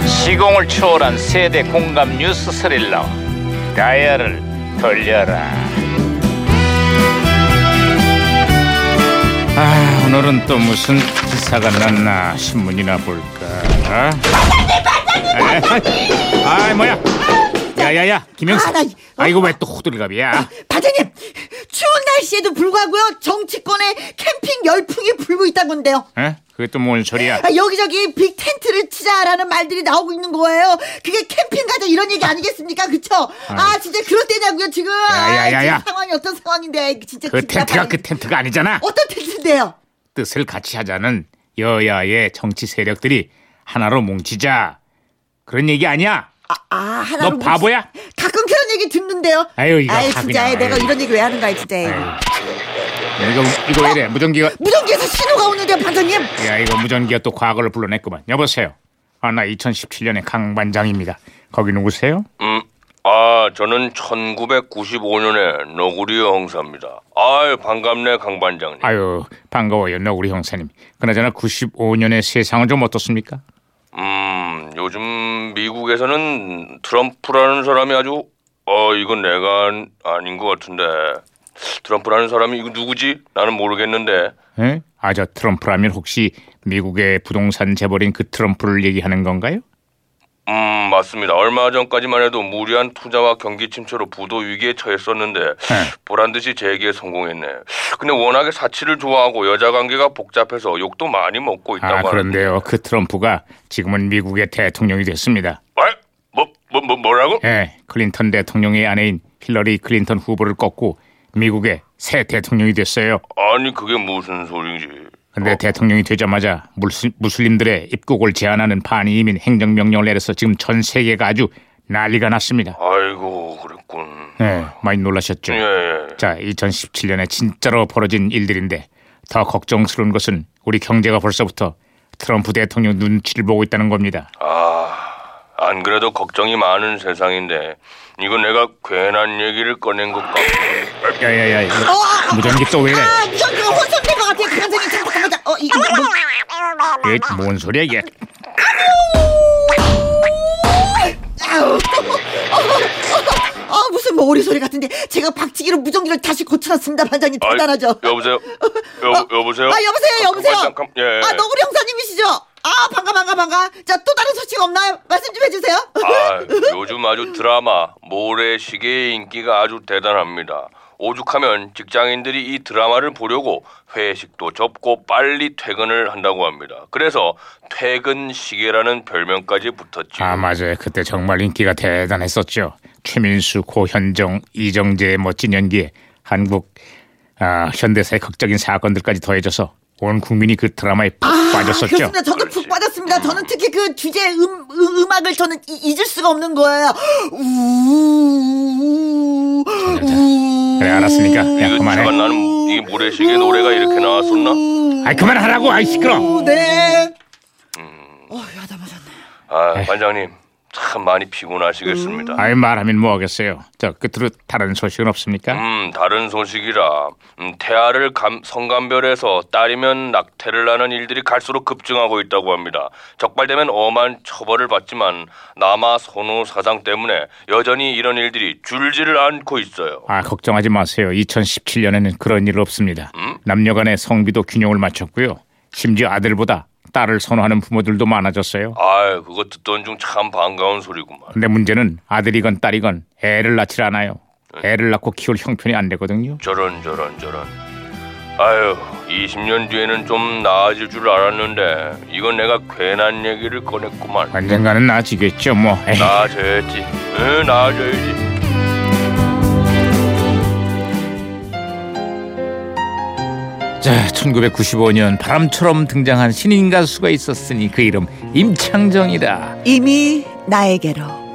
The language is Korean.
감성을 초월한 세대 공감 뉴스 스릴러 다이얼을 돌려라 아 오늘은 또 무슨 기사가 났나 신문이나 볼까 반장님 반장님 반장님 아 뭐야 야야야 김영수 아, 나 이- 아 이거 왜 또 호들갑이야 반장님 추운 날씨에도 불구하고요 정치권에 캠핑 열풍이 불고 있다던데요 어? 그게 또 뭔 소리야 아, 여기저기 빅 텐트를 치자라는 말들이 나오고 있는 거예요 그게 캠핑 가자 이런 얘기 아니겠습니까 그쵸 아 진짜 그럴 때냐고요 지금 야, 아, 야, 야, 지금 야. 상황이 어떤 상황인데 아, 진짜 그 기대가 텐트가 많이- 그 텐트가 아니잖아 어떤 텐트인데요 뜻을 같이 하자는 여야의 정치 세력들이 하나로 뭉치자 그런 얘기 아니야? 아, 아 하나로 너 뭉치- 바보야? 가끔 그런 얘기 듣는데요 아유, 이거 아유 다 진짜 그냥, 아유, 내가 아유. 이런 얘기 왜 하는 거야 진짜 네, 이거 이거 왜 이래? 무전기가 무전기에서 신호가 오는데 반장님 야 이거 무전기가 또 과거를 불러냈구만. 여보세요. 아 나 2017년의 강 반장입니다. 거기 누구세요? 음, 아, 저는 1995년에 너구리 형사입니다. 아유, 반갑네, 강 반장님. 아유 반가워요, 너구리 형사님. 그나저나 95년의 세상은 좀 어떻습니까? 음, 요즘 미국에서는 트럼프라는 사람이 아주 어, 이건 내가 안- 아닌 것 같은데. 트럼프라는 사람이 이거 누구지? 나는 모르겠는데. 예? 아저 트럼프라면 혹시 미국의 부동산 재벌인 그 트럼프를 얘기하는 건가요? 음, 맞습니다. 얼마 전까지만 해도 무리한 투자와 경기 침체로 부도 위기에 처했었는데 네. 보란 듯이 재기에 성공했네. 근데 워낙에 사치를 좋아하고 여자 관계가 복잡해서 욕도 많이 먹고 있다고 아 하는데. 그런데요, 그 트럼프가 지금은 미국의 대통령이 됐습니다. 에? 뭐, 뭐, 뭐 뭐라고? 예, 클린턴 대통령의 아내인 힐러리 클린턴 후보를 꺾고 미국의 새 대통령이 됐어요. 아니 그게 무슨 소리지? 어. 근데 대통령이 되자마자 무슬, 무슬림들의 입국을 제한하는 반이민 행정명령을 내려서 지금 전 세계가 아주 난리가 났습니다. 어, 아이고 그랬군. 예, 많이 놀라셨죠? 예, 예. 자, 2017년에 진짜로 벌어진 일들인데 더 걱정스러운 것은 우리 경제가 벌써부터 트럼프 대통령 눈치를 보고 있다는 겁니다. 아, 안 그래도 걱정이 많은 세상인데 이건 내가 괜한 얘기를 꺼낸 것 같아. 야야야, 어, 아, 아, 무전기 또 왜 이래? 아 무전기가 혼선된 것 같아요 그 반장님 잠깐만 잠깐만. 어 이거 뭐- 이게 뭔 소리야 이게? 아우, 아, 무슨 머리 소리 같은데 제가 박치기로 무전기를 다시 고쳐놨습니다 반장님 아이, 대단하죠 여보세요. 여 어, 여보세요. 아 여보세요 여보세요 잠깐, 잠깐, 예. 아 너구리 형사님이시죠 아 반가 반가 반가 자 또 다른 소식 없나요 말씀 좀 해주세요 아, 요즘 아주 드라마 모래시계의 인기가 아주 대단합니다. 오죽하면 직장인들이 이 드라마를 보려고 회식도 접고 빨리 퇴근을 한다고 합니다. 그래서 퇴근 시계라는 별명까지 붙었지요. 아 맞아요. 그때 정말 인기가 대단했었죠. 최민수, 고현정, 이정재의 뭐 멋진 연기에 한국 아, 현대사의 극적인 사건들까지 더해져서 온 국민이 그 드라마에 푹 빠졌었죠. 아, 그렇습니다 저도 푹 빠졌습니다 저는 특히 그 주제 음, 음 음악을 저는 이- 잊을 수가 없는 거예요 우 그래 알았으니까 야 이거 잠깐 그만해. 나는 이 모래시계 노래가 이렇게 나왔었나? 아이 그만하라고. 아이 시끄러. 네. 어, 야다 맞았네. 아, 반장님 참 많이 피곤하시겠습니다. 아이 말하면 뭐하겠어요. 저 끝으로 다른 소식은 없습니까? 음, 다른 소식이라 음, 태아를 감- 성감별해서 딸이면 낙태를 하는 일들이 갈수록 급증하고 있다고 합니다. 적발되면 엄한 처벌을 받지만 남아 선호 사상 때문에 여전히 이런 일들이 줄지를 않고 있어요. 아 걱정하지 마세요. 2017년에는 그런 일 없습니다. 남녀간의 성비도 균형을 맞췄고요. 심지어 아들보다 딸을 선호하는 부모들도 많아졌어요. 아, 그거 듣던 중 참 반가운 소리구만. 근데 문제는 아들이건 딸이건 애를 낳질 않아요. 애를 낳고 키울 형편이 안 되거든요. 저런 저런 저런. 아유, 20년 뒤에는 좀 나아질 줄 알았는데 이건 내가 괜한 얘기를 꺼냈구만. 언젠가는 나아지겠죠, 뭐. 에이. 나아져야지. 응, 나아져야지. 자, 1995년 바람처럼 등장한 신인 가수가 있었으니 그 이름 임창정이다. 이미 나에게로.